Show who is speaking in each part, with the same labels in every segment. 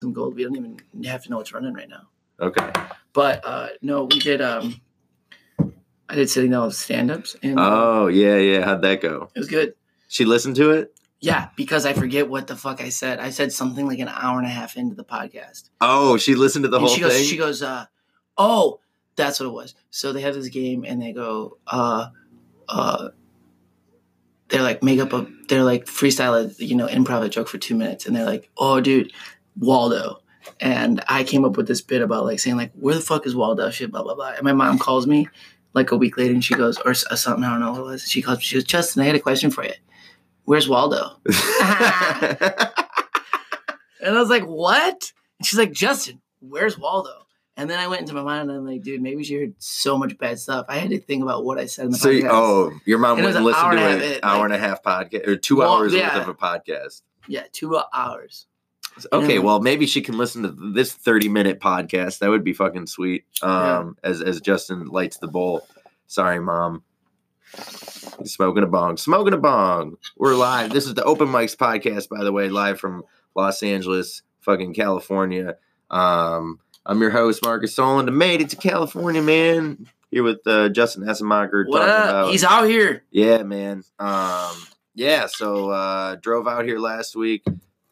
Speaker 1: some gold. We don't even have to know what's running right now.
Speaker 2: Okay.
Speaker 1: But uh, no, we did. Um, I did sitting down with stand ups, and
Speaker 2: Oh yeah, yeah. How'd that go?
Speaker 1: it was good.
Speaker 2: She listened to it.
Speaker 1: Yeah, because I forget what the fuck I said. I said something like an hour and a half into the podcast.
Speaker 2: Oh, she listened to the
Speaker 1: and
Speaker 2: whole
Speaker 1: she goes,
Speaker 2: thing.
Speaker 1: she goes, uh, oh, that's what it was. So they have this game and they go, uh, uh, they're like make up a, they're like freestyle, a, you know, improv a joke for two minutes, and they're like, oh, dude, Waldo. And I came up with this bit about like saying like, where the fuck is Waldo? Shit, blah blah blah. And my mom calls me like a week later, and she goes, or s- something, I don't know what it was. She calls, she goes, Justin, I had a question for you. Where's Waldo? "Ah." And I was like, what? And she's like, Justin, where's Waldo? And then I went into my mind and I'm like, dude, maybe she heard so much bad stuff. I had to think about what I said in the
Speaker 2: so,
Speaker 1: podcast.
Speaker 2: you- oh, your mom
Speaker 1: It
Speaker 2: went
Speaker 1: was
Speaker 2: and
Speaker 1: an hour
Speaker 2: listened
Speaker 1: and
Speaker 2: to
Speaker 1: a
Speaker 2: an
Speaker 1: half, it,
Speaker 2: hour
Speaker 1: like-
Speaker 2: and a half podcast or two
Speaker 1: Well,
Speaker 2: hours
Speaker 1: yeah.
Speaker 2: worth of a podcast.
Speaker 1: Yeah, two hours.
Speaker 2: Okay,
Speaker 1: Yeah.
Speaker 2: well, maybe she can listen to this thirty-minute podcast. That would be fucking sweet. Um, as as Justin lights the bowl. Sorry, mom. He's smoking a bong. Smoking a bong. We're live. This is the Open Mics podcast, by the way, live from Los Angeles, fucking California. Um, I'm your host, Marcus Solon. I made it to California, man. Here with uh, Justin Essenmacher.
Speaker 1: What
Speaker 2: talking
Speaker 1: up?
Speaker 2: about-
Speaker 1: He's out here.
Speaker 2: yeah, man. Um, yeah. So uh, drove out here last week.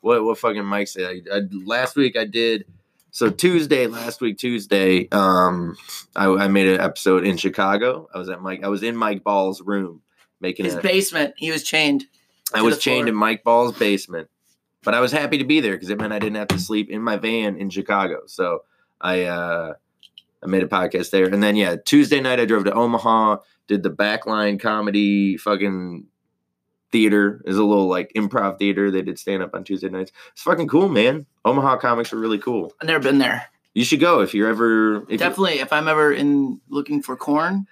Speaker 2: What what fucking Mike said? I, I, last week I did. So Tuesday, last week Tuesday, um, I, I made an episode in Chicago. I was at Mike. I was in Mike Ball's room making.
Speaker 1: His
Speaker 2: a-
Speaker 1: basement. He was chained.
Speaker 2: I
Speaker 1: to
Speaker 2: was
Speaker 1: the
Speaker 2: chained
Speaker 1: floor.
Speaker 2: in Mike Ball's basement, but I was happy to be there because it meant I didn't have to sleep in my van in Chicago. So I uh, I made a podcast there, and then yeah, Tuesday night I drove to Omaha, did the backline comedy fucking theater is a little like improv theater. They did stand up on Tuesday nights. It's fucking cool, man. Omaha comics are really cool.
Speaker 1: I've never been there.
Speaker 2: You should go if you're ever if you-
Speaker 1: Definitely, if I'm ever in looking for corn,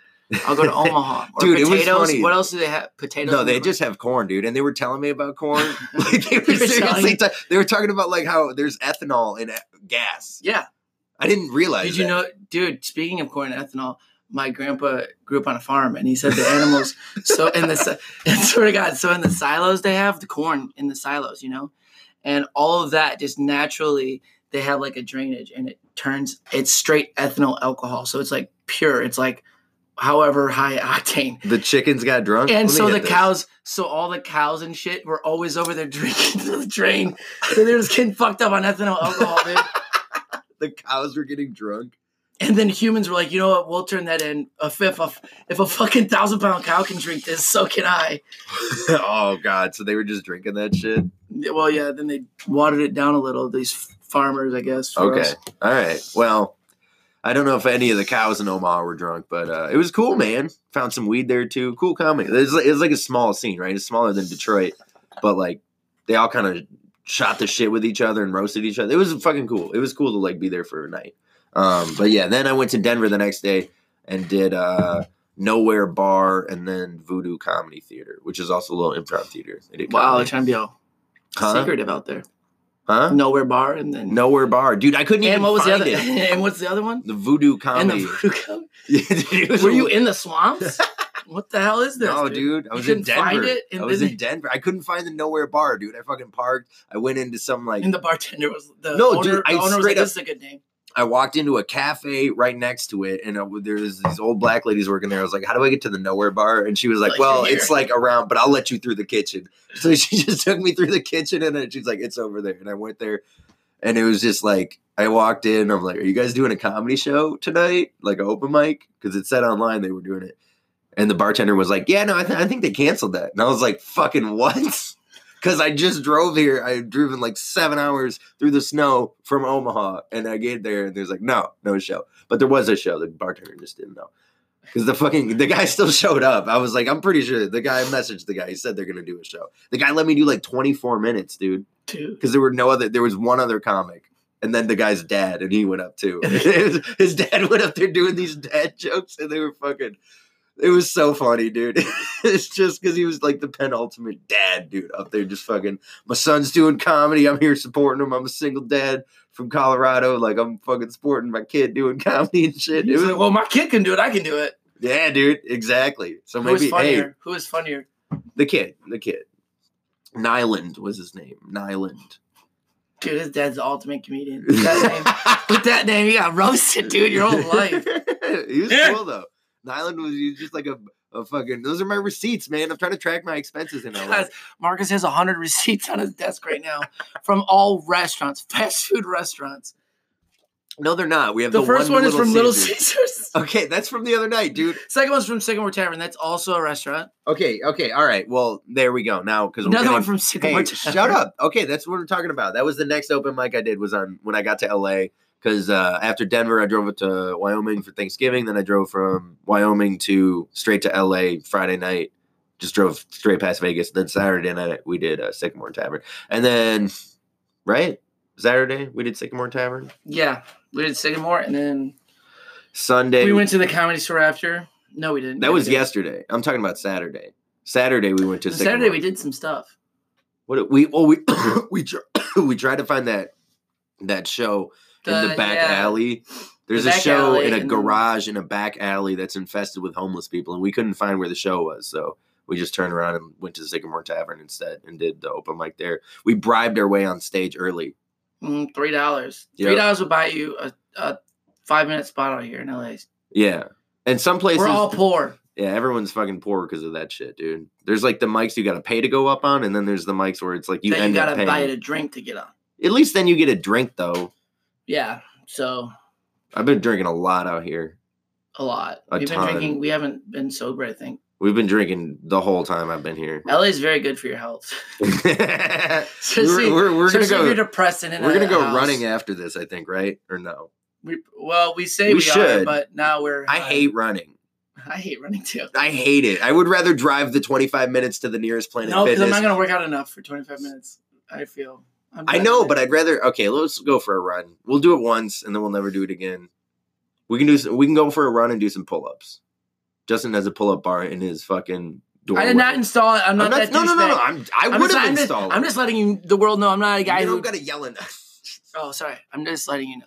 Speaker 1: I'll go to Omaha. Or
Speaker 2: Dude, it was
Speaker 1: potatoes.
Speaker 2: funny.
Speaker 1: What else do they have? Potatoes.
Speaker 2: No,
Speaker 1: and
Speaker 2: they
Speaker 1: corn?
Speaker 2: just have corn, dude. And they were telling me about corn. Like they were
Speaker 1: They were telling
Speaker 2: seriously,
Speaker 1: you.
Speaker 2: ta- they were talking about like how there's ethanol in e- gas.
Speaker 1: Yeah.
Speaker 2: I didn't realize.
Speaker 1: Did you
Speaker 2: that.
Speaker 1: know, dude? Speaking of corn and ethanol, my grandpa grew up on a farm, and he said the animals. so in the si- and swear to God, so in the silos they have the corn in the silos, you know, and all of that just naturally they have like a drainage, and it turns it's straight ethanol alcohol, so it's like pure. It's like however high octane.
Speaker 2: the chickens got drunk? Let
Speaker 1: And
Speaker 2: me
Speaker 1: so
Speaker 2: hit
Speaker 1: the
Speaker 2: this.
Speaker 1: cows, so all the cows and shit were always over there drinking to the drain. So they're just getting fucked up on ethanol alcohol, dude.
Speaker 2: the cows were getting drunk.
Speaker 1: And then humans were like, you know what? We'll turn that in a fifth. Of, if a fucking thousand pound cow can drink this, so can I.
Speaker 2: oh god! So they were just drinking that shit.
Speaker 1: Yeah, Well, yeah. Then they watered it down a little. These f- farmers, I guess. for
Speaker 2: Okay.
Speaker 1: us.
Speaker 2: All right. Well, I don't know if any of the cows in Omaha were drunk, but uh, it was cool, man. Found some weed there too. Cool comic. It's like, it's like a small scene, right? It's smaller than Detroit, but like they all kind of shot the shit with each other and roasted each other. It was fucking cool. It was cool to like be there for a night. Um, but yeah, then I went to Denver the next day and did uh, Nowhere Bar and then Voodoo Comedy Theater, which is also a little improv theater. They did
Speaker 1: Wow, they're
Speaker 2: comedy.
Speaker 1: trying to be all
Speaker 2: Huh?
Speaker 1: secretive out there.
Speaker 2: Huh?
Speaker 1: Nowhere bar, and then
Speaker 2: Nowhere Bar, dude. I couldn't even
Speaker 1: And what was the
Speaker 2: find
Speaker 1: other?
Speaker 2: it.
Speaker 1: and what's the other one?
Speaker 2: The voodoo
Speaker 1: And
Speaker 2: comedy.
Speaker 1: the voodoo comedy.
Speaker 2: Yeah, dude, it was
Speaker 1: Were
Speaker 2: a-
Speaker 1: you in the swamps? what the hell is this?
Speaker 2: No, dude. I
Speaker 1: You
Speaker 2: was in
Speaker 1: couldn't find
Speaker 2: Denver.
Speaker 1: it, and
Speaker 2: I was
Speaker 1: then
Speaker 2: in Denver. I couldn't find the nowhere bar, dude. I fucking parked. I went into some like
Speaker 1: And the bartender was the
Speaker 2: No,
Speaker 1: owner,
Speaker 2: dude, I
Speaker 1: the owner was
Speaker 2: straight
Speaker 1: like,
Speaker 2: up-
Speaker 1: this is a good name.
Speaker 2: I walked into a cafe right next to it, and uh, there was these old black ladies working there. I was like, "How do I get to the nowhere bar?" And she was like,
Speaker 1: Like,
Speaker 2: "Well,
Speaker 1: you're here."
Speaker 2: it's like around, but I'll let you through the kitchen." So she just took me through the kitchen, and then she's like, "It's over there." And I went there, and it was just like I walked in. I'm like, "Are you guys doing a comedy show tonight? Like an open mic?" Because it said online they were doing it. And the bartender was like, "Yeah, no, I, th- I think they canceled that." And I was like, "Fucking what?" Because I just drove here. I had driven like seven hours through the snow from Omaha, and I get there, and there's like, "No, no show." But there was a show. The bartender just didn't know because the fucking the guy still showed up. I was like, "I'm pretty sure." The guy messaged the guy. He said they're gonna do a show. The guy let me do like 24 minutes, dude,
Speaker 1: Dude.
Speaker 2: because there were no other. There was one other comic. And then the guy's dad, and he went up too. his, his dad went up there doing these dad jokes, and they were fucking it was so funny, dude. it's just because he was like the penultimate dad, dude, up there just fucking. My son's doing comedy. I'm here supporting him. I'm a single dad from Colorado. Like I'm fucking supporting my kid doing comedy and shit. It
Speaker 1: He's
Speaker 2: was,
Speaker 1: like, well, my kid can do it. I can do it.
Speaker 2: yeah, dude, exactly. So
Speaker 1: Who is
Speaker 2: maybe hey,
Speaker 1: funnier? Who is funnier?
Speaker 2: the kid, the kid, Nyland was his name. Nyland.
Speaker 1: Dude, his dad's the ultimate comedian. With that name, with that name you got roasted, dude, your whole life.
Speaker 2: he was
Speaker 3: Yeah.
Speaker 2: cool though. Nyland was he was just like a, a fucking. Those are my receipts, man. I'm trying to track my expenses in LA.
Speaker 1: Guys, Marcus has 100 receipts on his desk right now from all restaurants, fast food restaurants.
Speaker 2: No, they're not. We have the,
Speaker 1: The first one
Speaker 2: to
Speaker 1: is from Little
Speaker 2: Caesars.
Speaker 1: Caesars.
Speaker 2: Okay, that's from the other night, dude.
Speaker 1: Second one's from Sycamore Tavern. That's also a restaurant.
Speaker 2: Okay, okay, all right. Well, there we go. Now, because
Speaker 1: Another one from Sycamore
Speaker 2: Hey,
Speaker 1: Tavern.
Speaker 2: shut up. Okay, that's what we're talking about. That was the next open mic I did was on when I got to LA because uh, after Denver, I drove up to Wyoming for Thanksgiving. Then I drove from Wyoming to straight to LA Friday night. Just drove straight past Vegas. Then Saturday night we did uh, Sycamore Tavern, and then right Saturday we did Sycamore Tavern.
Speaker 1: Yeah, we did Sycamore, and then
Speaker 2: Sunday
Speaker 1: we went to the comedy store after. No, we didn't.
Speaker 2: That
Speaker 1: Yeah,
Speaker 2: was
Speaker 1: we did.
Speaker 2: yesterday. I'm talking about Saturday. Saturday we went to
Speaker 1: So Saturday
Speaker 2: Sycamore.
Speaker 1: we did some stuff.
Speaker 2: What we well we we tr- we tried to find that that show in the back
Speaker 1: yeah.
Speaker 2: alley. There's
Speaker 1: The
Speaker 2: a
Speaker 1: back
Speaker 2: show
Speaker 1: alley
Speaker 2: in a
Speaker 1: and-
Speaker 2: garage in a back alley that's infested with homeless people, and we couldn't find where the show was, so we just turned around and went to the Sycamore Tavern instead and did the open mic there. We bribed our way on stage early.
Speaker 1: Mm, Three dollars.
Speaker 2: Yep.
Speaker 1: Three dollars will buy you a, a five minute spot out here in LA.
Speaker 2: Yeah, and some places
Speaker 1: We're all poor.
Speaker 2: Yeah, everyone's fucking poor because of that shit, dude. There's like the mics you got to pay to go up on, and then there's the mics where it's like you
Speaker 1: You that you
Speaker 2: end up
Speaker 1: gotta
Speaker 2: paying.
Speaker 1: buy it a drink to get on.
Speaker 2: At least then you get a drink though.
Speaker 1: Yeah. So
Speaker 2: I've been drinking a lot out here.
Speaker 1: a lot.
Speaker 2: A
Speaker 1: We've
Speaker 2: ton.
Speaker 1: been drinking. We haven't been sober. I think
Speaker 2: We've been drinking the whole time I've been here.
Speaker 1: LA is very good for your health.
Speaker 2: we're
Speaker 1: Especially-
Speaker 2: we're, we're gonna
Speaker 1: especially if
Speaker 2: go.
Speaker 1: You're depressed and in
Speaker 2: We're gonna
Speaker 1: a
Speaker 2: go
Speaker 1: house.
Speaker 2: running after this, I think, right or no?
Speaker 1: We, well, we say
Speaker 2: We
Speaker 1: we,
Speaker 2: should.
Speaker 1: are, but now we're.
Speaker 2: I
Speaker 1: high.
Speaker 2: hate running.
Speaker 1: I hate running too.
Speaker 2: I hate it. I would rather drive the 25 minutes to the nearest Planet
Speaker 1: No, because I'm
Speaker 2: Fitness.
Speaker 1: not gonna work out enough for 25 minutes. I feel. I'm
Speaker 2: I
Speaker 1: done
Speaker 2: know,
Speaker 1: with
Speaker 2: but
Speaker 1: it.
Speaker 2: I'd rather. Okay, let's go for a run. We'll do it once, and then we'll never do it again. We can do. some- We can go for a run and do some pull-ups. Justin has a pull-up bar in his fucking door.
Speaker 1: I did not install it. I'm not, that
Speaker 2: no, no, no, no.
Speaker 1: douchebag.
Speaker 2: I'm, I
Speaker 1: I'm
Speaker 2: would
Speaker 1: just-
Speaker 2: have
Speaker 1: I'm just-
Speaker 2: installed.
Speaker 1: I'm
Speaker 2: it.
Speaker 1: just letting you, the world know I'm not a guy
Speaker 2: you
Speaker 1: who.
Speaker 2: don't gotta yell at us.
Speaker 1: Oh, sorry. I'm just letting you know.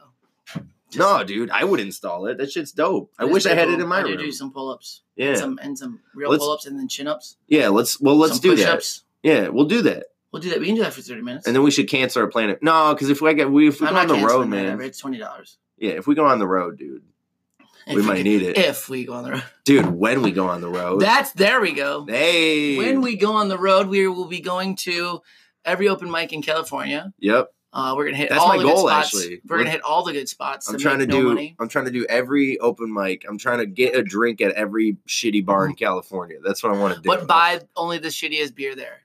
Speaker 2: No, dude, I would install it. That shit's dope. I wish I
Speaker 1: do-
Speaker 2: had it in my
Speaker 1: I do
Speaker 2: room.
Speaker 1: do some pull-ups,
Speaker 2: Yeah,
Speaker 1: some and some real
Speaker 2: Let's-
Speaker 1: pull-ups, and then chin-ups.
Speaker 2: yeah. Let's well, let's
Speaker 1: some
Speaker 2: do that.
Speaker 1: push-ups.
Speaker 2: Yeah, we'll do that,
Speaker 1: We'll do that. We can do that for 30 minutes.
Speaker 2: and then we should cancel our planet. No, because if we get we if we
Speaker 1: I'm
Speaker 2: go on
Speaker 1: not
Speaker 2: the road,
Speaker 1: canceling that
Speaker 2: man.
Speaker 1: ever. It's twenty dollars.
Speaker 2: Yeah, if we go on the road, dude, we might need it, Oh,
Speaker 1: If we go on the road.
Speaker 2: dude. When we go on the road,
Speaker 1: That's there we go.
Speaker 2: hey,
Speaker 1: When we go on the road, we will be going to every open mic in California.
Speaker 2: yep.
Speaker 1: Uh, we're gonna hit
Speaker 2: That's
Speaker 1: all
Speaker 2: my
Speaker 1: the good
Speaker 2: goal,
Speaker 1: spots.
Speaker 2: actually.
Speaker 1: We're gonna hit all the good spots.
Speaker 2: I'm
Speaker 1: to
Speaker 2: trying to
Speaker 1: make no
Speaker 2: do.
Speaker 1: money.
Speaker 2: I'm trying to do every open mic. I'm trying to get a drink at every shitty bar in California. That's what I want to do.
Speaker 1: Mm-hmm. but buy only the shittiest beer there.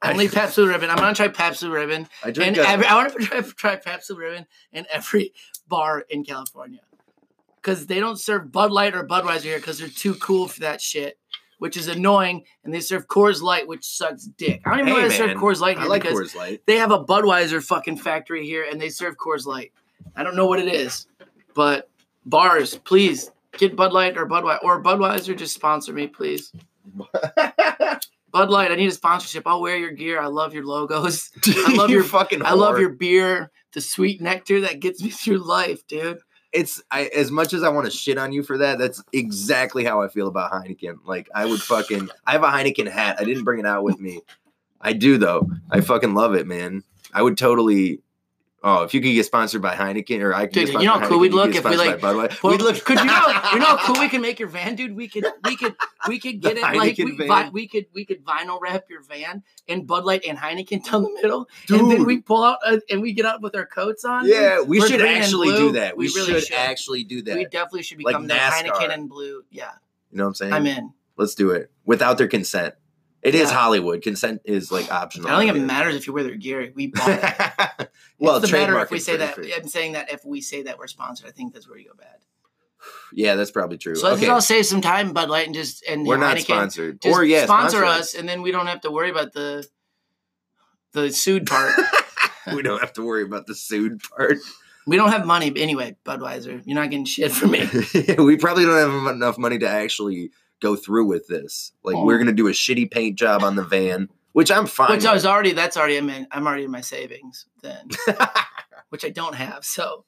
Speaker 1: Only Pabst Blue Ribbon. I'm gonna try Pabst Blue Ribbon,
Speaker 2: I drink
Speaker 1: and
Speaker 2: a-
Speaker 1: every, I want to try, try Pabst Blue Ribbon in every bar in California, because they don't serve Bud Light or Budweiser here because they're too cool for that shit, which is annoying. And they serve Coors Light, which sucks dick. I don't even know
Speaker 2: Hey,
Speaker 1: why they serve
Speaker 2: man,
Speaker 1: Coors Light
Speaker 2: I
Speaker 1: here
Speaker 2: like
Speaker 1: because
Speaker 2: Coors Light.
Speaker 1: they have a Budweiser fucking factory here, and they serve Coors Light. I don't know what it is, but bars, please get Bud Light or Budweiser or Budweiser. Just sponsor me, please. Bud Light, I need a sponsorship. I'll wear your gear. I love your logos. I love
Speaker 2: You
Speaker 1: your-
Speaker 2: fucking.
Speaker 1: I love
Speaker 2: whore.
Speaker 1: your beer, the sweet nectar that gets me through life, dude.
Speaker 2: it's I as much as I want to shit on you for that, that's exactly how I feel about Heineken. Like I would fucking I have a Heineken hat. I didn't bring it out with me. I do though. I fucking love it, man. I would totally Oh, if you could get sponsored by Heineken or I could
Speaker 1: Dude,
Speaker 2: get
Speaker 1: you know how
Speaker 2: sponsored by
Speaker 1: cool
Speaker 2: Heineken,
Speaker 1: we'd
Speaker 2: you could
Speaker 1: look
Speaker 2: get
Speaker 1: if we,
Speaker 2: sponsored by Bud Light.
Speaker 1: Well,
Speaker 2: we'd look
Speaker 1: could you know you know how cool we can make your van, dude? We could we could we could
Speaker 2: The
Speaker 1: get it like we,
Speaker 2: Heineken
Speaker 1: vi-
Speaker 2: van.
Speaker 1: we could we could vinyl wrap your van and Bud Light and Heineken down the middle,
Speaker 2: Dude,
Speaker 1: and then we pull out uh, and we get out with our coats on. dude.
Speaker 2: yeah, we
Speaker 1: We're
Speaker 2: should
Speaker 1: green and
Speaker 2: actually do
Speaker 1: blue.
Speaker 2: that. We,
Speaker 1: We really
Speaker 2: should,
Speaker 1: should.
Speaker 2: actually do that.
Speaker 1: we
Speaker 2: You
Speaker 1: definitely should
Speaker 2: Like
Speaker 1: become the
Speaker 2: NASCAR.
Speaker 1: Heineken and blue. Yeah,
Speaker 2: know what I'm saying?
Speaker 1: I'm in.
Speaker 2: Let's do it without their consent. It is
Speaker 1: Yeah.
Speaker 2: Hollywood. Consent is like optional.
Speaker 1: I don't think it matters if you wear their gear. We bought it.
Speaker 2: well,
Speaker 1: it's the matter if
Speaker 2: trademarking
Speaker 1: we say
Speaker 2: pretty
Speaker 1: that.
Speaker 2: free.
Speaker 1: I'm saying that if we say that we're sponsored, I think that's where you go bad.
Speaker 2: Yeah, that's probably true.
Speaker 1: So let's
Speaker 2: okay,
Speaker 1: just all save some time, Bud Light, and just and
Speaker 2: we're not
Speaker 1: Heineken,
Speaker 2: sponsored.
Speaker 1: Just
Speaker 2: Or yeah,
Speaker 1: sponsor, us, and then we don't have to worry about the the sued part.
Speaker 2: we don't have to worry about the sued part.
Speaker 1: we don't have money, but anyway. Budweiser, you're not getting shit from me.
Speaker 2: we probably don't have enough money to actually go through with this. Like we're
Speaker 1: Oh.
Speaker 2: gonna do a shitty paint job on the van, which I'm fine.
Speaker 1: Which I
Speaker 2: with.
Speaker 1: was already. That's already. I'm in. I'm already in my savings then, which I don't have. So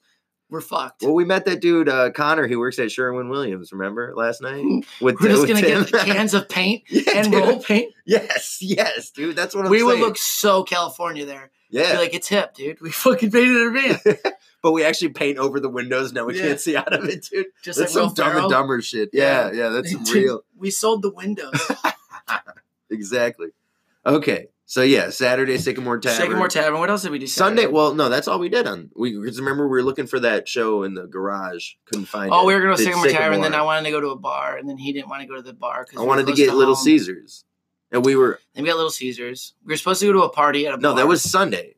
Speaker 1: we're fucked.
Speaker 2: well, we met that dude uh, Connor. He works at Sherwin Williams. Remember last night? With
Speaker 1: we're Mm. just
Speaker 2: with
Speaker 1: gonna
Speaker 2: Tim.
Speaker 1: get cans of paint
Speaker 2: Yeah,
Speaker 1: and
Speaker 2: dude.
Speaker 1: roll paint.
Speaker 2: Yes, yes, dude. That's what I'm
Speaker 1: We
Speaker 2: saying.
Speaker 1: would look so California there. Be
Speaker 2: Yeah.
Speaker 1: like, it's hip, dude. We fucking painted it red.
Speaker 2: but we actually paint over the windows now. We
Speaker 1: Yeah.
Speaker 2: can't see out of it, dude.
Speaker 1: Just
Speaker 2: That's
Speaker 1: like Will
Speaker 2: some dumb
Speaker 1: Ferrell.
Speaker 2: and dumber shit. Yeah, yeah, that's some
Speaker 1: Dude,
Speaker 2: real.
Speaker 1: We sold the windows.
Speaker 2: Exactly. Okay. So yeah, Saturday Sycamore Tavern.
Speaker 1: Sycamore Tavern. What else did we do?
Speaker 2: Sunday.
Speaker 1: Saturday?
Speaker 2: Well, no, that's all we did on. We because remember we were looking for that show in the garage, couldn't find it.
Speaker 1: Oh, we were gonna go
Speaker 2: Did
Speaker 1: Sycamore, Tavern, and then I wanted to go to a bar, and then he didn't want to go to the bar because
Speaker 2: I wanted to get Little Caesars, and we were
Speaker 1: Then we got Little Caesars. We were supposed to go to a party at a
Speaker 2: no,
Speaker 1: bar.
Speaker 2: that was Sunday.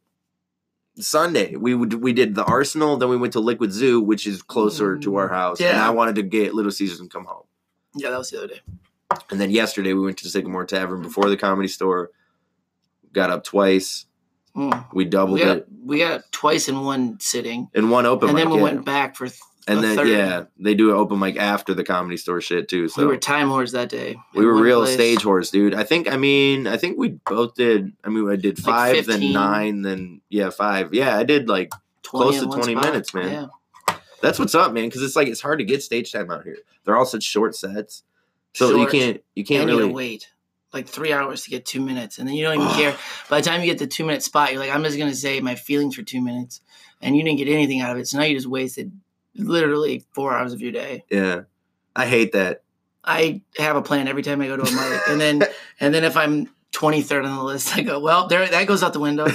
Speaker 2: Sunday we would we did the Arsenal, then we went to Liquid Zoo, which is closer to our house. and
Speaker 1: Mm, Yeah.
Speaker 2: I wanted to get Little Caesars and come home.
Speaker 1: yeah, that was the other day.
Speaker 2: And then yesterday we went to Sycamore Tavern before the Comedy Store. Got up twice.
Speaker 1: Mm.
Speaker 2: We doubled
Speaker 1: We got
Speaker 2: it
Speaker 1: we got twice in one sitting,
Speaker 2: in one open.
Speaker 1: and then
Speaker 2: mic,
Speaker 1: we
Speaker 2: yeah.
Speaker 1: went back for. Th- a
Speaker 2: And then
Speaker 1: third.
Speaker 2: yeah, they do an open mic after the comedy store shit too. So
Speaker 1: we were time whores that day. in one
Speaker 2: real
Speaker 1: place.
Speaker 2: stage horse, dude. I think I mean I think we both did. I mean I did
Speaker 1: Like
Speaker 2: five, then
Speaker 1: 15.
Speaker 2: nine, then yeah five. Yeah, I did like
Speaker 1: 20
Speaker 2: close
Speaker 1: in
Speaker 2: to
Speaker 1: one
Speaker 2: 20
Speaker 1: spot.
Speaker 2: minutes, man.
Speaker 1: Yeah.
Speaker 2: that's what's up, man. Because it's like it's hard to get stage time out here. They're all such short sets, so
Speaker 1: Short.
Speaker 2: you can't you can't
Speaker 1: and you
Speaker 2: really.
Speaker 1: gotta wait like three hours to get two minutes, and then you don't even care. By the time you get the two minute spot, you're like, I'm just gonna say my feelings for two minutes, and you didn't get anything out of it. So now you just wasted literally four hours of your day.
Speaker 2: Yeah, I hate that.
Speaker 1: I have a plan every time I go to a mic, and then and then if I'm 23rd on the list, I go, well, there that goes out the window.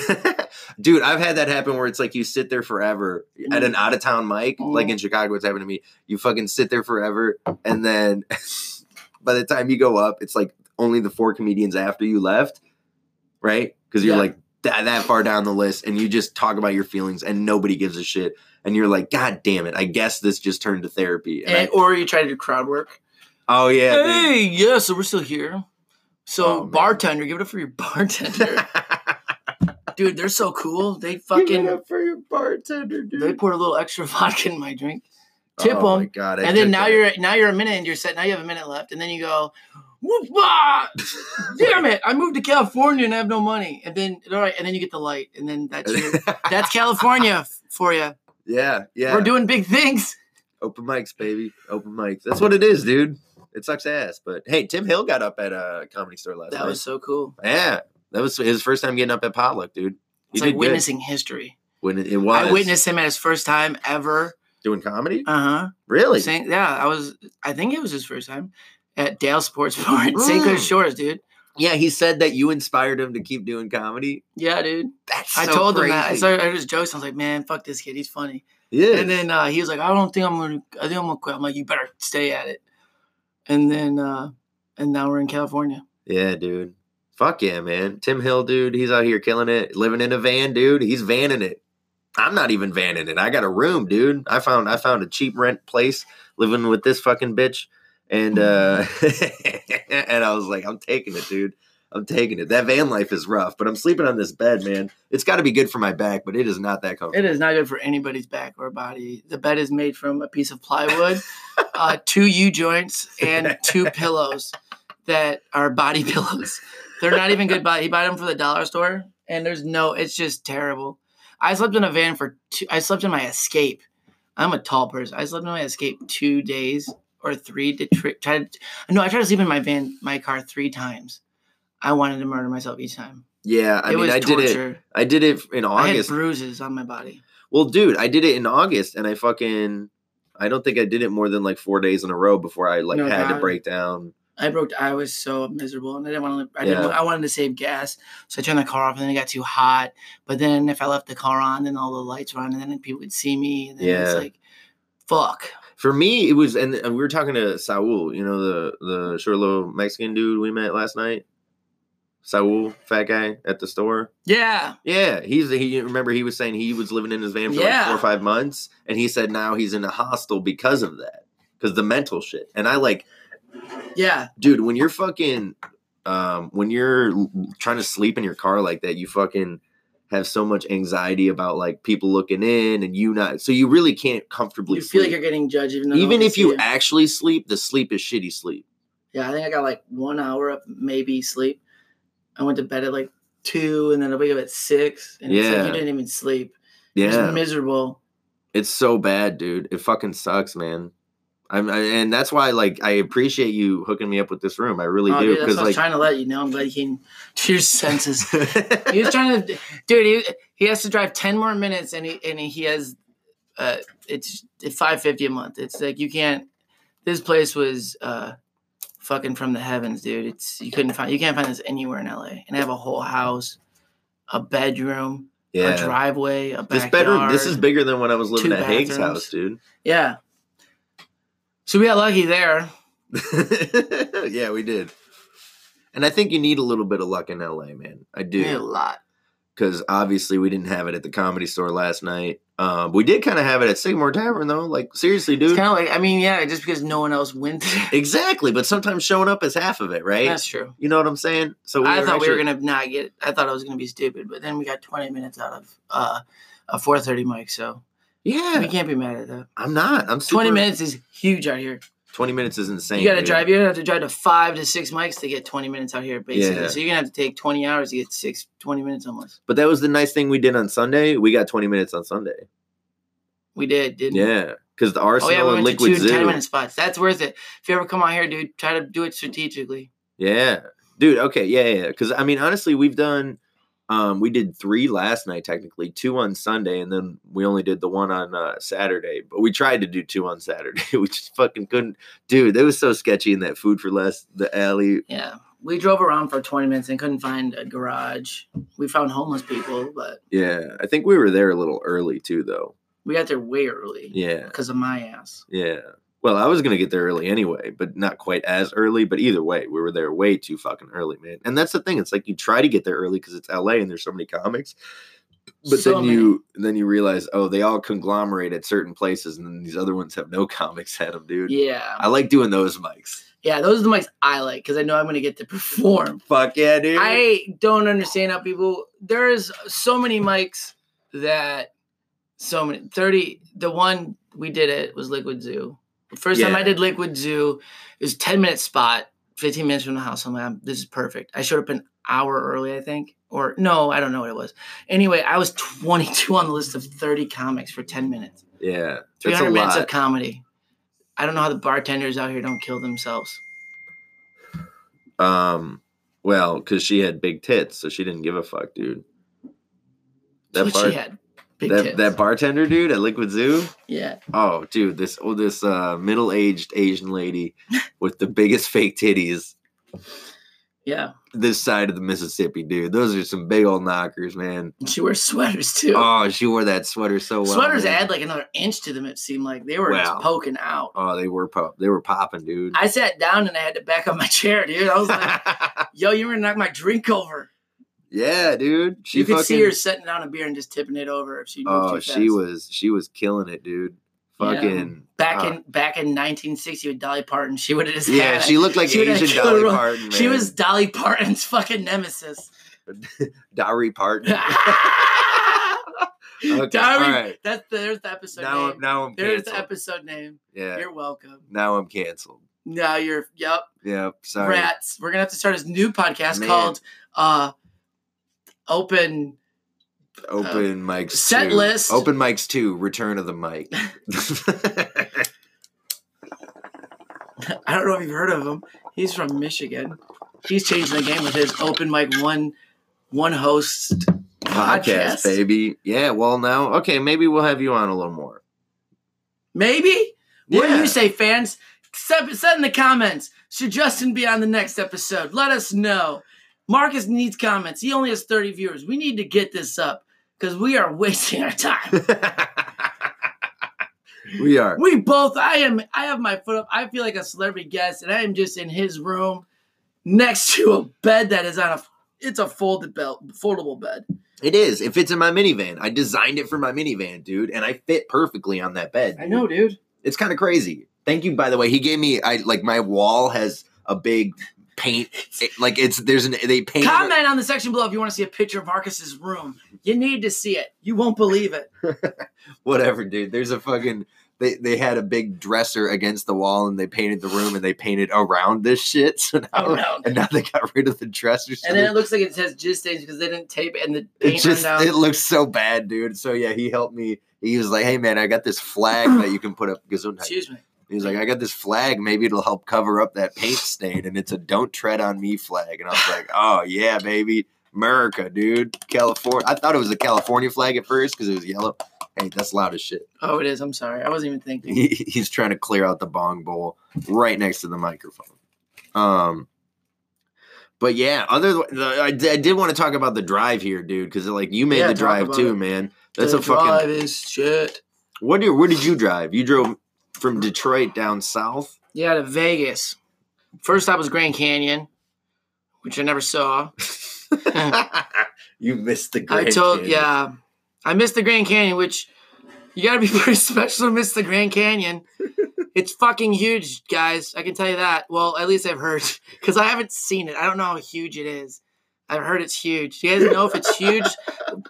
Speaker 2: Dude, I've had that happen where it's like you sit there forever at
Speaker 1: Mm.
Speaker 2: an out of town mic, like in Chicago, it's happened to me. You fucking sit there forever, and then by the time you go up, it's like only the four comedians after you left, right? Because you're
Speaker 1: Yeah.
Speaker 2: like that, that far down the list, and you just talk about your feelings, and nobody gives a shit. And you're like, God damn it, I guess this just turned to therapy. And I-
Speaker 1: And, or you try to do crowd work.
Speaker 2: oh, yeah. dude.
Speaker 1: hey, yeah, so we're still here. So
Speaker 2: Oh, man.
Speaker 1: bartender, give it up for your bartender, dude. They're so cool. They
Speaker 2: Give
Speaker 1: fucking
Speaker 2: it up for your bartender, dude.
Speaker 1: they poured a little extra vodka in my drink. Tip
Speaker 2: oh, my
Speaker 1: them.
Speaker 2: God, I
Speaker 1: And then
Speaker 2: took
Speaker 1: now
Speaker 2: that.
Speaker 1: you're now you're a minute into your set. Now you have a minute left, and then you go, "Whoop, ah, damn it! I moved to California and I have no money. And then all right, and then you get the light, and then that's your, that's California f- for you.
Speaker 2: yeah, yeah.
Speaker 1: We're doing big things.
Speaker 2: Open mics, baby. Open mics. That's what it is, dude. It sucks ass. But hey, Tim Hill got up at a comedy store last
Speaker 1: That
Speaker 2: night.
Speaker 1: was so cool.
Speaker 2: yeah. That was his first time getting up at potluck, dude. He
Speaker 1: It's
Speaker 2: did
Speaker 1: like
Speaker 2: good.
Speaker 1: witnessing history.
Speaker 2: When it, it was
Speaker 1: I witnessed him at his first time ever.
Speaker 2: doing comedy.
Speaker 1: Uh huh.
Speaker 2: Really?
Speaker 1: Yeah, I was. I think it was his first time at Dale Sports Bar in St. Clair
Speaker 2: Mm.
Speaker 1: Shores, dude.
Speaker 2: Yeah, he said that you inspired him to keep doing comedy.
Speaker 1: Yeah, dude.
Speaker 2: That's
Speaker 1: I
Speaker 2: so
Speaker 1: told him that. I
Speaker 2: crazy.
Speaker 1: started. I just joked. I was like, "Man, fuck this kid. He's funny."
Speaker 2: yeah.
Speaker 1: And then uh, he was like, I don't think I'm gonna I think I'm gonna quit. I'm like, you better stay at it. And then uh and now we're in California.
Speaker 2: yeah, dude. Fuck yeah, man. Tim Hill, dude. He's out here killing it. Living in a van, dude. He's vanning it. I'm not even vanning it. I got a room, dude. I found I found a cheap rent place living with this fucking bitch, and uh and I was like, I'm taking it, dude. I'm taking it. That van life is rough, but I'm sleeping on this bed, man. It's got to be good for my back, but it is not that comfortable.
Speaker 1: It is not good for anybody's back or body. The bed is made from a piece of plywood, uh, two U joints, and two pillows that are body pillows. They're not even good body. He bought them from the dollar store, and there's no. It's just terrible. I slept in a van for two. I slept in my escape. I'm a tall person. I slept in my escape two days or three to tri- try. To, no, I tried to sleep in my van, my car three times. I wanted to murder myself each time.
Speaker 2: Yeah,
Speaker 1: it
Speaker 2: I mean,
Speaker 1: was
Speaker 2: I did it.
Speaker 1: torture.
Speaker 2: I did it in
Speaker 1: I had
Speaker 2: August.
Speaker 1: bruises on my body.
Speaker 2: Well, dude, I did it in August, and I fucking. I don't think I did it more than like four days in a row before I like
Speaker 1: No,
Speaker 2: had to
Speaker 1: God.
Speaker 2: break down.
Speaker 1: I broke. I was so miserable, and I didn't want to. I
Speaker 2: Yeah.
Speaker 1: didn't. I wanted to save gas, so I turned the car off, and then it got too hot. But then if I left the car on, then all the lights were on, and then people could see me. And then it's
Speaker 2: Yeah.
Speaker 1: like, fuck.
Speaker 2: For me, it was, and, and we were talking to Saul, you know, the the short little Mexican dude we met last night. Saul, fat guy at the store.
Speaker 1: Yeah,
Speaker 2: Yeah, he's he. Remember, he was saying he was living in his van for like four
Speaker 1: Yeah.
Speaker 2: or five months, and he said now he's in a hostel because of that, because the mental shit. And I like
Speaker 1: yeah.
Speaker 2: dude when you're fucking um when you're l- trying to sleep in your car like that you fucking have so much anxiety about like people looking in and you not so you really can't comfortably
Speaker 1: You feel
Speaker 2: sleep
Speaker 1: like you're getting judged, even though no
Speaker 2: even
Speaker 1: one
Speaker 2: if
Speaker 1: see
Speaker 2: you actually sleep the sleep is shitty sleep
Speaker 1: Yeah, I think I got like one hour of maybe sleep. I went to bed at like two, and then I wake up at six, and it's like
Speaker 2: Yeah.
Speaker 1: you didn't even sleep. You're
Speaker 2: yeah
Speaker 1: just miserable.
Speaker 2: it's so bad dude it fucking sucks man I'm, I, and that's why, like, I appreciate you hooking me up with this room. I really
Speaker 1: Oh,
Speaker 2: do,
Speaker 1: dude, that's
Speaker 2: because
Speaker 1: what I was
Speaker 2: like,
Speaker 1: trying to let you know. I'm glad you came to your senses. he was trying to, dude. He, he has to drive ten more minutes, and he and he has, uh, it's five fifty a month. It's like you can't. This place was uh, fucking from the heavens, dude. It's you couldn't find you can't find this anywhere in LA, and I have a whole house, a bedroom, a
Speaker 2: yeah,
Speaker 1: driveway, a
Speaker 2: this
Speaker 1: backyard.
Speaker 2: bedroom. This is bigger than when I was living
Speaker 1: two
Speaker 2: at Hank's
Speaker 1: bathrooms.
Speaker 2: house, dude.
Speaker 1: yeah. So we got lucky there.
Speaker 2: yeah, we did. And I think you need a little bit of luck in LA, man. I
Speaker 1: We had a
Speaker 2: do.
Speaker 1: lot.
Speaker 2: Because obviously we didn't have it at the comedy store last night. Um, we did kind of have it at Sigmore Tavern, though. Like, seriously,
Speaker 1: It's
Speaker 2: dude.
Speaker 1: kind of like I mean, yeah, just because no one else went there.
Speaker 2: exactly. But sometimes showing up is half of it, right?
Speaker 1: That's true.
Speaker 2: You know what I'm saying? So
Speaker 1: I thought we were
Speaker 2: actually-
Speaker 1: gonna not get. I thought I was gonna be stupid, but then we got 20 minutes out of uh, a 4:30 mic, so we
Speaker 2: Yeah,
Speaker 1: can't be mad at that.
Speaker 2: I'm not. I'm super,
Speaker 1: 20 minutes is huge out here.
Speaker 2: 20 minutes is insane.
Speaker 1: you gotta
Speaker 2: dude.
Speaker 1: drive. You have to drive to five to six mics to get 20 minutes out here, basically.
Speaker 2: Yeah.
Speaker 1: So you're gonna have to take 20 hours to get six 20 minutes almost.
Speaker 2: But that was the nice thing we did on Sunday. We got 20 minutes on Sunday.
Speaker 1: We did, didn't? we?
Speaker 2: Yeah, because the
Speaker 1: Oh
Speaker 2: Arsenal
Speaker 1: yeah, we
Speaker 2: and
Speaker 1: went
Speaker 2: Liquid
Speaker 1: to two
Speaker 2: Zoo.
Speaker 1: 10 minute spots. That's worth it. If you ever come out here, dude, try to do it strategically.
Speaker 2: Yeah. Dude, okay, yeah, yeah. Because I mean, honestly, we've done um we did three last night technically, two on Sunday, and then we only did the one on uh Saturday. But we tried to do two on Saturday. we just fucking couldn't dude, that was so sketchy in that food for less the alley.
Speaker 1: Yeah. We drove around for 20 minutes and couldn't find a garage. We found homeless people, but
Speaker 2: Yeah. I think we were there a little early too though.
Speaker 1: we got there way early
Speaker 2: Yeah.
Speaker 1: because of my ass.
Speaker 2: Yeah. Well, I was gonna get there early anyway, but not quite as early. But either way, we were there way too fucking early, man. And that's the thing; it's like you try to get there early because it's LA and there's so many comics, but
Speaker 1: So
Speaker 2: then
Speaker 1: many.
Speaker 2: you then you realize, oh, they all conglomerate at certain places, and then these other ones have no comics at them, dude.
Speaker 1: Yeah.
Speaker 2: I like doing those mics.
Speaker 1: Yeah, those are the mics I like because I know I'm going to get to perform.
Speaker 2: Fuck yeah, dude.
Speaker 1: I don't understand how people, there is so many mics that, so many, 30, the one we did it was Liquid Zoo. The first time I
Speaker 2: Yeah.
Speaker 1: did Liquid Zoo, it was 10 minute spot, 15 minutes from the house. I'm like, "I'm- this is perfect. I showed up an hour early, I think. Or no, I don't know what it was. Anyway, I was 22 on the list of 30 comics for 10 minutes.
Speaker 2: yeah, that's a
Speaker 1: 300 minutes
Speaker 2: lot.
Speaker 1: of comedy. I don't know how the bartenders out here don't kill themselves.
Speaker 2: um, well, because she had big tits, so she didn't give a fuck, dude.
Speaker 1: That's
Speaker 2: That
Speaker 1: what
Speaker 2: bar-
Speaker 1: she had. Big
Speaker 2: that,
Speaker 1: tits.
Speaker 2: that bartender dude at Liquid Zoo.
Speaker 1: yeah.
Speaker 2: Oh, dude, this oh, this uh, middle aged Asian lady with the biggest fake titties
Speaker 1: Yeah.
Speaker 2: this side of the Mississippi, dude. Those are some big old knockers, man.
Speaker 1: And she wears sweaters too.
Speaker 2: Oh, she wore that sweater so well.
Speaker 1: sweaters
Speaker 2: man.
Speaker 1: add like another inch to them, it seemed like. They were
Speaker 2: Wow.
Speaker 1: just poking out.
Speaker 2: Oh, they were pop. They were popping, dude.
Speaker 1: I sat down and I had to back up my chair, dude. I was like, yo, you were gonna knock my drink over.
Speaker 2: yeah, dude. She
Speaker 1: you could
Speaker 2: fucking,
Speaker 1: see her setting down a beer and just tipping it over if she moved
Speaker 2: Oh,
Speaker 1: too fast.
Speaker 2: she was she was killing it, dude.
Speaker 1: Yeah.
Speaker 2: Fucking
Speaker 1: back
Speaker 2: oh.
Speaker 1: in back in 1960 with Dolly Parton. She would have just
Speaker 2: Yeah,
Speaker 1: had
Speaker 2: she looked like
Speaker 1: she would've
Speaker 2: Asian
Speaker 1: killed
Speaker 2: Dolly
Speaker 1: her-
Speaker 2: Parton. Man.
Speaker 1: She was Dolly Parton's fucking nemesis.
Speaker 2: Dowry Parton. Okay,
Speaker 1: Dolly,
Speaker 2: all right.
Speaker 1: that's there's the episode
Speaker 2: Now,
Speaker 1: name.
Speaker 2: I'm now I'm
Speaker 1: there's the
Speaker 2: canceled.
Speaker 1: episode name.
Speaker 2: Yeah,
Speaker 1: You're welcome.
Speaker 2: now I'm canceled.
Speaker 1: Now you're yep.
Speaker 2: Yep, sorry.
Speaker 1: Rats. We're gonna have to start this new podcast
Speaker 2: Man.
Speaker 1: called uh Open
Speaker 2: Open mics.
Speaker 1: Um, set
Speaker 2: 2.
Speaker 1: list.
Speaker 2: Open mics two. Return of the mic.
Speaker 1: I don't know if you've heard of him. He's from Michigan. He's changing the game with his open mic one one host
Speaker 2: Podcast, baby. Yeah. Well, now, okay, maybe we'll have you on a little more.
Speaker 1: Maybe? What do
Speaker 2: Yeah.
Speaker 1: you say, fans? Send, send in the comments. Should Justin be on the next episode? Let us know. Marcus needs comments. He only has 30 viewers. We need to get this up because we are wasting our time.
Speaker 2: we are.
Speaker 1: we both, I am, I have my foot up. I feel like a celebrity guest, and I am just in his room next to a bed that is on a it's a folded belt foldable bed.
Speaker 2: It is. It fits in my minivan. I designed it for my minivan, dude, and I fit perfectly on that bed.
Speaker 1: I know, dude.
Speaker 2: It's kind of crazy. Thank you, by the way. He gave me. I like my wall has a big paint. it- like it's there's an they paint.
Speaker 1: Comment on the section below if you want to see a picture of Marcus's room. You need to see it. You won't believe it.
Speaker 2: whatever, dude. There's a fucking they they had a big dresser against the wall and they painted the room and they painted around this shit. So now
Speaker 1: Around.
Speaker 2: and now they got rid of the dresser. So
Speaker 1: Oh, And then
Speaker 2: they-
Speaker 1: it looks like it says jizz stains because they didn't tape it and the
Speaker 2: it
Speaker 1: paint
Speaker 2: just
Speaker 1: ran down.
Speaker 2: it looks so bad, dude. So yeah, he helped me. He was like, "Hey man, I got this flag that you can put up Gesundheit."
Speaker 1: Excuse me.
Speaker 2: He's like, I got this flag. Maybe it'll help cover up that paint stain. And it's a don't tread on me flag. And I was like, oh, yeah, baby. America, dude. California. I thought it was a California flag at first because it was yellow. Hey, that's loud as shit.
Speaker 1: Oh, it is. I'm sorry. I wasn't even thinking.
Speaker 2: He, he's trying to clear out the bong bowl right next to the microphone. Um, but yeah, other the, I, d- I did want to talk about the drive here, dude, because like you made
Speaker 1: Yeah,
Speaker 2: the
Speaker 1: talk
Speaker 2: drive
Speaker 1: about
Speaker 2: too,
Speaker 1: it.
Speaker 2: man. That's
Speaker 1: The
Speaker 2: a fucking.
Speaker 1: drive is shit.
Speaker 2: What did where did you drive? You drove from Detroit down south.
Speaker 1: Yeah, to Vegas. First stop was Grand Canyon, which I never saw.
Speaker 2: you missed the
Speaker 1: I told, yeah, I missed the Grand Canyon, which you gotta be pretty special to miss the Grand Canyon. it's fucking huge, guys. I can tell you that. Well, at least I've heard, because I haven't seen it. I don't know how huge it is. I've heard it's huge. You guys know if it's huge?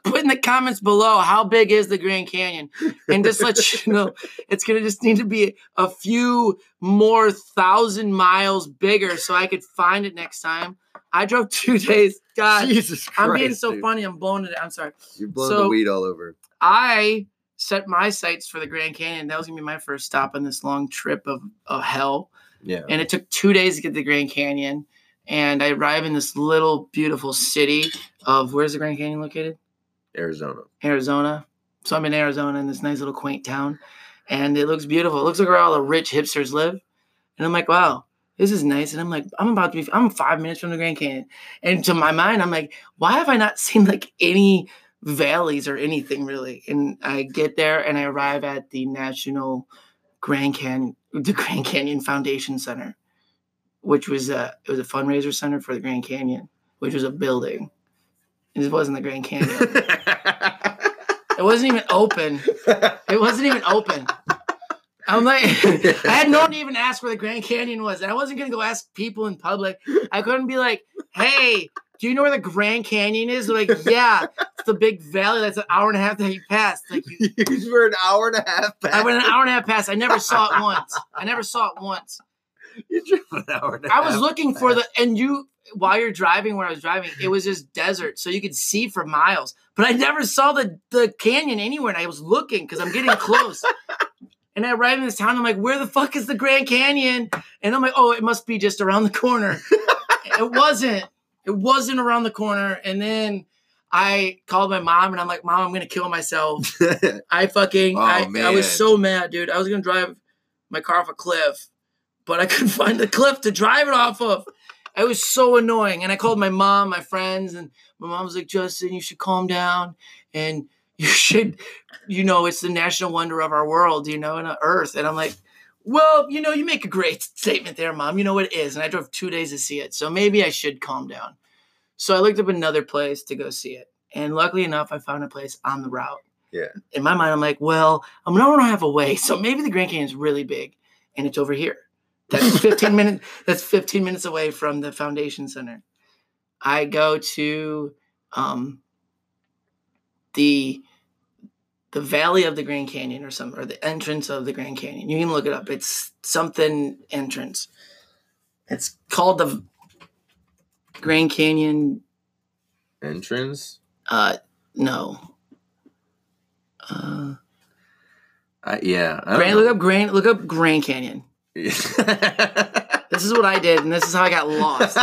Speaker 1: Put in the comments below how big is the Grand Canyon, and just let you know it's gonna just need to be a few more thousand miles bigger so I could find it next time. I drove two days. God,
Speaker 2: Jesus Christ.
Speaker 1: I'm being so
Speaker 2: dude.
Speaker 1: funny. I'm blowing it. I'm sorry.
Speaker 2: You're blowing the
Speaker 1: So-
Speaker 2: weed all over.
Speaker 1: I set my sights for the Grand Canyon. That was gonna be my first stop on this long trip of, of hell.
Speaker 2: Yeah.
Speaker 1: And it took two days to get to the Grand Canyon. And I arrive in this little beautiful city of where's the Grand Canyon located?
Speaker 2: Arizona.
Speaker 1: Arizona. So I'm in Arizona in this nice little quaint town. And it looks beautiful. It looks like where all the rich hipsters live. And I'm like, wow, this is nice. And I'm like, I'm about to be, I'm five minutes from the Grand Canyon. And to my mind, I'm like, why have I not seen like any valleys or anything really? And I get there and I arrive at the National Grand Canyon, the Grand Canyon Foundation Center, which was a, it was a fundraiser center for the Grand Canyon, which was a building. It wasn't the Grand Canyon. It wasn't even open. It wasn't even open. I'm like, I had no one to even ask where the Grand Canyon was, and I wasn't gonna go ask people in public. I couldn't be like, "Hey, do you know where the Grand Canyon is?" They're like, "Yeah, it's the big valley that's an hour and a half that you passed." Like, you,
Speaker 2: you were an hour and a half back.
Speaker 1: I went an hour and a half past. I never saw it once. I never saw it once.
Speaker 2: you drove an hour and a
Speaker 1: I
Speaker 2: half.
Speaker 1: was looking for the and you while you're driving where I was driving, it was just desert, so you could see for miles. But I never saw the the canyon anywhere, and I was looking because I'm getting close. and I arrived in this town. I'm like, where the fuck is the Grand Canyon? And I'm like, oh, it must be just around the corner. it wasn't. It wasn't around the corner. And then I called my mom, and I'm like, mom, I'm gonna kill myself. I fucking
Speaker 2: Oh,
Speaker 1: I, I
Speaker 2: man.
Speaker 1: was so mad, dude. I was gonna drive my car off a cliff, but I couldn't find the cliff to drive it off of. It was so annoying. And I called my mom, my friends, and my mom was like, Justin, you should calm down and you should, you know, it's the national wonder of our world, you know, and uh, earth. And I'm like, well, you know, you make a great statement there, mom. You know what it is. And I drove two days to see it. So maybe I should calm down. So I looked up another place to go see it. And luckily enough, I found a place on the route in my mind, I'm like, well, I'm not gonna have a way. So maybe the Grand Canyon's really big and it's over here. That's 15 minutes, that's 15 minutes away from the foundation center. I go to um the the valley of the Grand Canyon or some or the entrance of the Grand Canyon. You can look it up. It's something entrance. It's called the Grand Canyon
Speaker 2: Entrance?
Speaker 1: uh no. Uh
Speaker 2: I, yeah. I don't
Speaker 1: Grand,
Speaker 2: know.
Speaker 1: look up Grand, look up Grand Canyon. This is what I did, and this is how I got lost.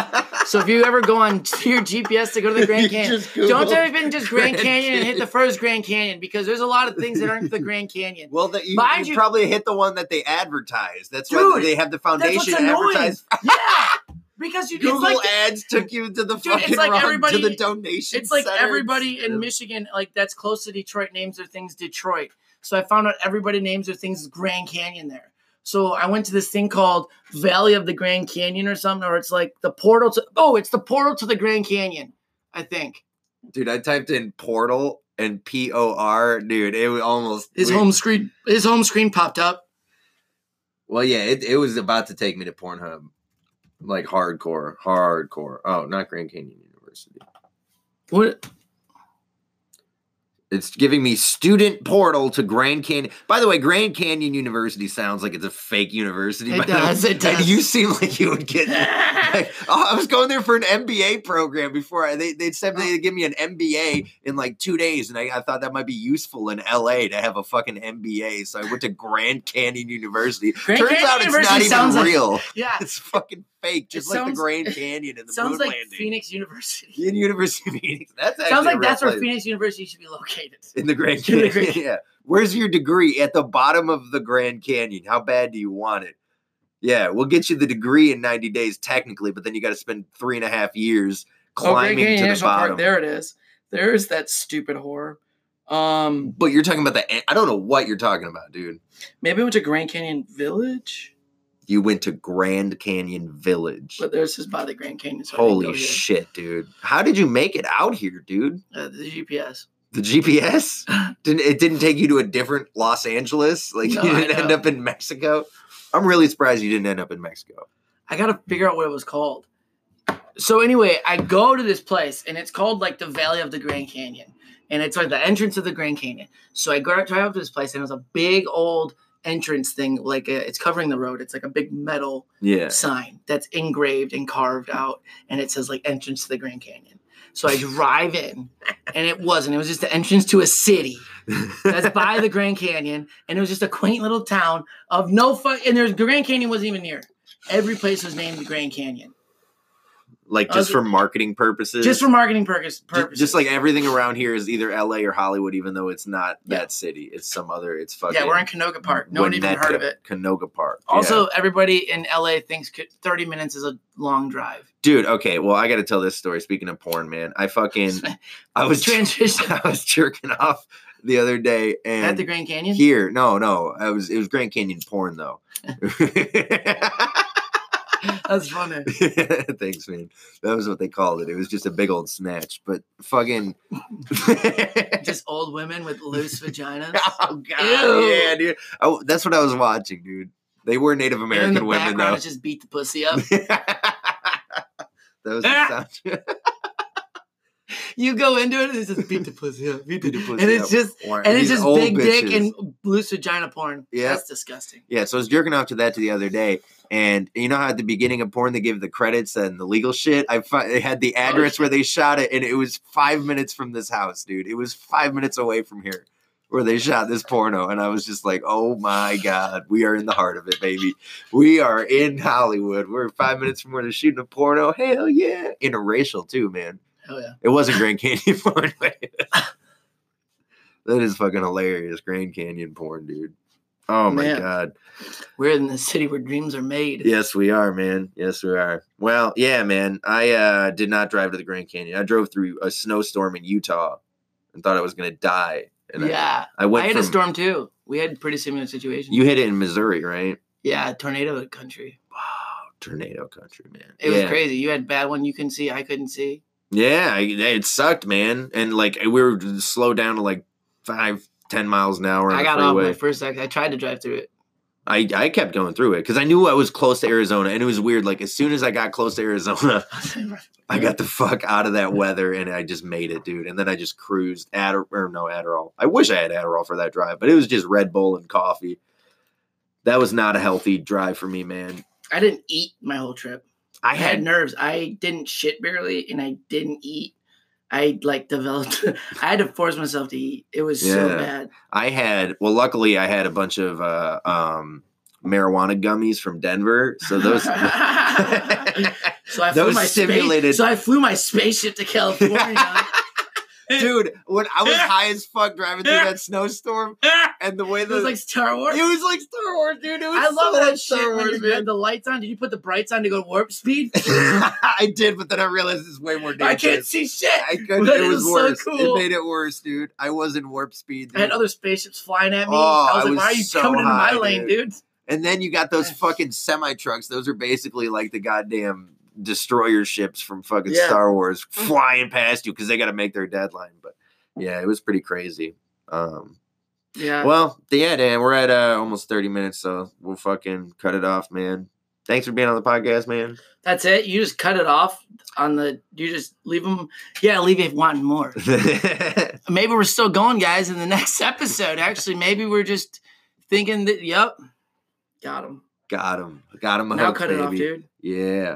Speaker 1: so if you ever go on to your GPS to go to the Grand Canyon, don't type in just Grand,
Speaker 2: Grand
Speaker 1: Canyon and hit the
Speaker 2: Canyon.
Speaker 1: first Grand Canyon because there's a lot of things that aren't the Grand Canyon.
Speaker 2: Well, that you,
Speaker 1: Mind
Speaker 2: you
Speaker 1: you-
Speaker 2: probably hit the one that they advertised. That's why
Speaker 1: Dude,
Speaker 2: they have the foundation
Speaker 1: That's what's annoying.
Speaker 2: advertised.
Speaker 1: yeah, because you
Speaker 2: Google
Speaker 1: it's like
Speaker 2: ads took you to the
Speaker 1: Dude, it's
Speaker 2: fucking
Speaker 1: like
Speaker 2: wrong,
Speaker 1: everybody-
Speaker 2: to the donation.
Speaker 1: it's like
Speaker 2: center.
Speaker 1: everybody in Michigan, like that's close to Detroit, names their things Detroit. So I found out everybody names their things Grand Canyon there. So I went to this thing called Valley of the Grand Canyon or something, or it's like the portal to oh, it's the portal to the Grand Canyon, I think.
Speaker 2: Dude, I typed in portal and P O R. Dude, it was almost
Speaker 1: His
Speaker 2: we-
Speaker 1: home screen his home screen popped up.
Speaker 2: Well, yeah, it, it was about to take me to Pornhub, like hardcore, hardcore. Oh, not Grand Canyon University.
Speaker 1: What
Speaker 2: It's giving me student portal to Grand Canyon. By the way, Grand Canyon University sounds like it's a fake university.
Speaker 1: It
Speaker 2: by the way.
Speaker 1: does, it
Speaker 2: And
Speaker 1: does.
Speaker 2: you seem like you would get. like, oh, I was going there for an MBA program before. I, they they said
Speaker 1: Oh.
Speaker 2: they'd give me an MBA in like two days, and I, I thought that might be useful in LA to have a fucking MBA. So I went to Grand Canyon University.
Speaker 1: Grand
Speaker 2: Turns
Speaker 1: Canyon
Speaker 2: out it's
Speaker 1: University
Speaker 2: not
Speaker 1: sounds
Speaker 2: even
Speaker 1: like-
Speaker 2: real.
Speaker 1: yeah.
Speaker 2: it's fucking fake, just like
Speaker 1: sounds-
Speaker 2: the Grand Canyon and the
Speaker 1: Sounds
Speaker 2: moon
Speaker 1: like
Speaker 2: landing.
Speaker 1: Phoenix University.
Speaker 2: In University of Phoenix. That's actually
Speaker 1: Sounds
Speaker 2: a
Speaker 1: like
Speaker 2: real
Speaker 1: that's where
Speaker 2: place.
Speaker 1: Phoenix University should be located.
Speaker 2: In the Grand
Speaker 1: In the
Speaker 2: Canyon.
Speaker 1: Grand
Speaker 2: yeah. Where's your degree? At the bottom of the Grand Canyon. How bad do you want it? Yeah, we'll get you the degree in 90 days, technically, but then you got to spend three and a half years
Speaker 1: Oh,
Speaker 2: climbing to the bottom.
Speaker 1: There it is. There is that stupid horror. Um,
Speaker 2: But you're talking about the. an- I don't know what you're talking about, dude.
Speaker 1: maybe I went to Grand Canyon Village,
Speaker 2: You went to Grand Canyon Village.
Speaker 1: but there's just by the Grand Canyon. so I didn't go
Speaker 2: Holy
Speaker 1: here.
Speaker 2: shit, dude! How did you make it out here, dude?
Speaker 1: Uh, the GPS.
Speaker 2: The GPS didn't. It didn't take you to a different Los Angeles. Like
Speaker 1: No,
Speaker 2: you
Speaker 1: I
Speaker 2: didn't end
Speaker 1: know.
Speaker 2: up in Mexico. I'm really surprised you didn't end up in Mexico.
Speaker 1: I gotta figure out what it was called. So anyway, I go to this place and it's called like the Valley of the Grand Canyon, and it's like the entrance of the Grand Canyon. So I go drive up to this place and it was a big old entrance thing, like uh it's covering the road. It's like a big metal
Speaker 2: Yeah.
Speaker 1: sign that's engraved and carved out, and it says like entrance to the Grand Canyon. So I drive in, and it wasn't. It was just the entrance to a city that's by the Grand Canyon, and it was just a quaint little town of no fun. And there's the Grand Canyon wasn't even near. Every place was named the Grand Canyon,
Speaker 2: like just
Speaker 1: Okay.
Speaker 2: for marketing purposes.
Speaker 1: Oh, just for marketing purpose,
Speaker 2: Ju-
Speaker 1: purposes.
Speaker 2: Just like everything around here is either LA or Hollywood, even though it's not
Speaker 1: Yeah.
Speaker 2: that city. It's some other. It's fucking.
Speaker 1: yeah, we're in Canoga Park. No one even heard of
Speaker 2: Winnetka,
Speaker 1: it.
Speaker 2: Canoga Park. Yeah.
Speaker 1: Also, everybody in LA thinks c- 30 minutes is a long drive.
Speaker 2: dude. Okay, well, I got to tell this story. Speaking of porn, man, I fucking I was
Speaker 1: transition
Speaker 2: I was jerking off the other day and
Speaker 1: at the Grand Canyon.
Speaker 2: here. No, no, I was it was Grand Canyon porn though.
Speaker 1: That's funny.
Speaker 2: Thanks, man. That was what they called it. It was just a big old snatch, but fucking.
Speaker 1: Just old women with loose vaginas.
Speaker 2: oh god,
Speaker 1: Ew.
Speaker 2: yeah, dude. Oh, that's what I was watching, dude. They were Native
Speaker 1: and in
Speaker 2: American
Speaker 1: the
Speaker 2: women,
Speaker 1: background,
Speaker 2: though.
Speaker 1: it's just beat the pussy up.
Speaker 2: that was the
Speaker 1: Ah.
Speaker 2: sound.
Speaker 1: You go into it and it's just beat the pussy up, beat the,
Speaker 2: Beat the
Speaker 1: and
Speaker 2: pussy
Speaker 1: it's
Speaker 2: up.
Speaker 1: just
Speaker 2: Or
Speaker 1: and it's
Speaker 2: these
Speaker 1: just
Speaker 2: old
Speaker 1: big dick
Speaker 2: bitches.
Speaker 1: and loose vagina porn.
Speaker 2: Yeah.
Speaker 1: that's disgusting.
Speaker 2: Yeah, so I was jerking off to that to the other day, and you know how at the beginning of porn they give the credits and the legal shit. I fi- they had the address where they shot it, and it was five minutes from this house, dude. It was five minutes away from here where they shot this porno, and I was just like, "Oh my god, we are in the heart of it, baby. We are in Hollywood. We're five minutes from where they're shooting a porno. Hell yeah, interracial too, man.
Speaker 1: Hell yeah.
Speaker 2: It wasn't Grand Canyon porn. but- that is fucking hilarious, Grand Canyon porn, dude. Oh my
Speaker 1: Man.
Speaker 2: god."
Speaker 1: We're in the city where dreams are made.
Speaker 2: Yes, we are, man. Yes, we are. Well, yeah, man. I uh, did not drive to the Grand Canyon. I drove through a snowstorm in Utah and thought I was going to die. And I-
Speaker 1: yeah.
Speaker 2: I,
Speaker 1: I
Speaker 2: went
Speaker 1: had a
Speaker 2: from-
Speaker 1: storm too. We had pretty similar situations.
Speaker 2: You hit it in Missouri, right?
Speaker 1: yeah, tornado country.
Speaker 2: Wow, tornado country, man.
Speaker 1: It
Speaker 2: yeah.
Speaker 1: was crazy. You had bad one you couldn't see, I couldn't see.
Speaker 2: Yeah, I- it sucked, man. And like we were slowed down to like five, ten miles an hour. On
Speaker 1: I
Speaker 2: the
Speaker 1: got off
Speaker 2: freeway.
Speaker 1: my first ex- I tried to drive through it.
Speaker 2: I, I kept going through it because I knew I was close to Arizona, and it was weird. Like as soon as I got close to Arizona, I got the fuck out of that weather and I just made it, dude. And then I just cruised Adder or no Adderall. I wish I had Adderall for that drive, but it was just Red Bull and coffee. That was not a healthy drive for me, man.
Speaker 1: I didn't eat my whole trip.
Speaker 2: I
Speaker 1: I had
Speaker 2: had
Speaker 1: nerves. I didn't shit barely and I didn't eat. I like developed I had to force myself to eat. It was so
Speaker 2: Yeah.
Speaker 1: bad.
Speaker 2: I had well, luckily I had a bunch of uh, um, marijuana gummies from Denver, so those
Speaker 1: So I flew
Speaker 2: Those
Speaker 1: my
Speaker 2: stimulated-
Speaker 1: Space, so I flew my spaceship to California.
Speaker 2: dude. When I was high as fuck driving through that snowstorm, and the way
Speaker 1: it
Speaker 2: the
Speaker 1: was like Star Wars.
Speaker 2: it was like Star Wars, dude. It was
Speaker 1: I love
Speaker 2: so
Speaker 1: that
Speaker 2: much Star
Speaker 1: shit. When
Speaker 2: Wars,
Speaker 1: you
Speaker 2: man.
Speaker 1: had the lights on, did you put the brights on to go to warp speed?
Speaker 2: I did, but then I realized it's way more dangerous.
Speaker 1: I can't see shit.
Speaker 2: I couldn't.
Speaker 1: That
Speaker 2: It was
Speaker 1: is so
Speaker 2: worse.
Speaker 1: cool.
Speaker 2: It made it worse, dude. I was in warp speed,
Speaker 1: I had
Speaker 2: dude.
Speaker 1: other spaceships flying at me.
Speaker 2: Oh,
Speaker 1: I was
Speaker 2: I
Speaker 1: like,
Speaker 2: was
Speaker 1: why are you
Speaker 2: so
Speaker 1: coming into my
Speaker 2: high,
Speaker 1: lane, dude?
Speaker 2: and then you got those fucking semi trucks. Those are basically like the goddamn destroyer ships from fucking
Speaker 1: Yeah. Mm.
Speaker 2: Star Wars flying past you because they got to make their deadline. But yeah, it was pretty crazy. Um,
Speaker 1: Yeah.
Speaker 2: well, yeah, Dan, we're at uh, almost thirty minutes, so we'll fucking cut it off, man. Thanks for being on the podcast, man.
Speaker 1: That's it. You just cut it off on the. You just leave them. Yeah, leave it wanting more. maybe we're still going, guys, in the next episode. Actually, maybe we're just thinking that, yep, got him.
Speaker 2: Got him. Got him.
Speaker 1: Now
Speaker 2: hooked,
Speaker 1: cut it off,
Speaker 2: baby.
Speaker 1: dude.
Speaker 2: Yeah.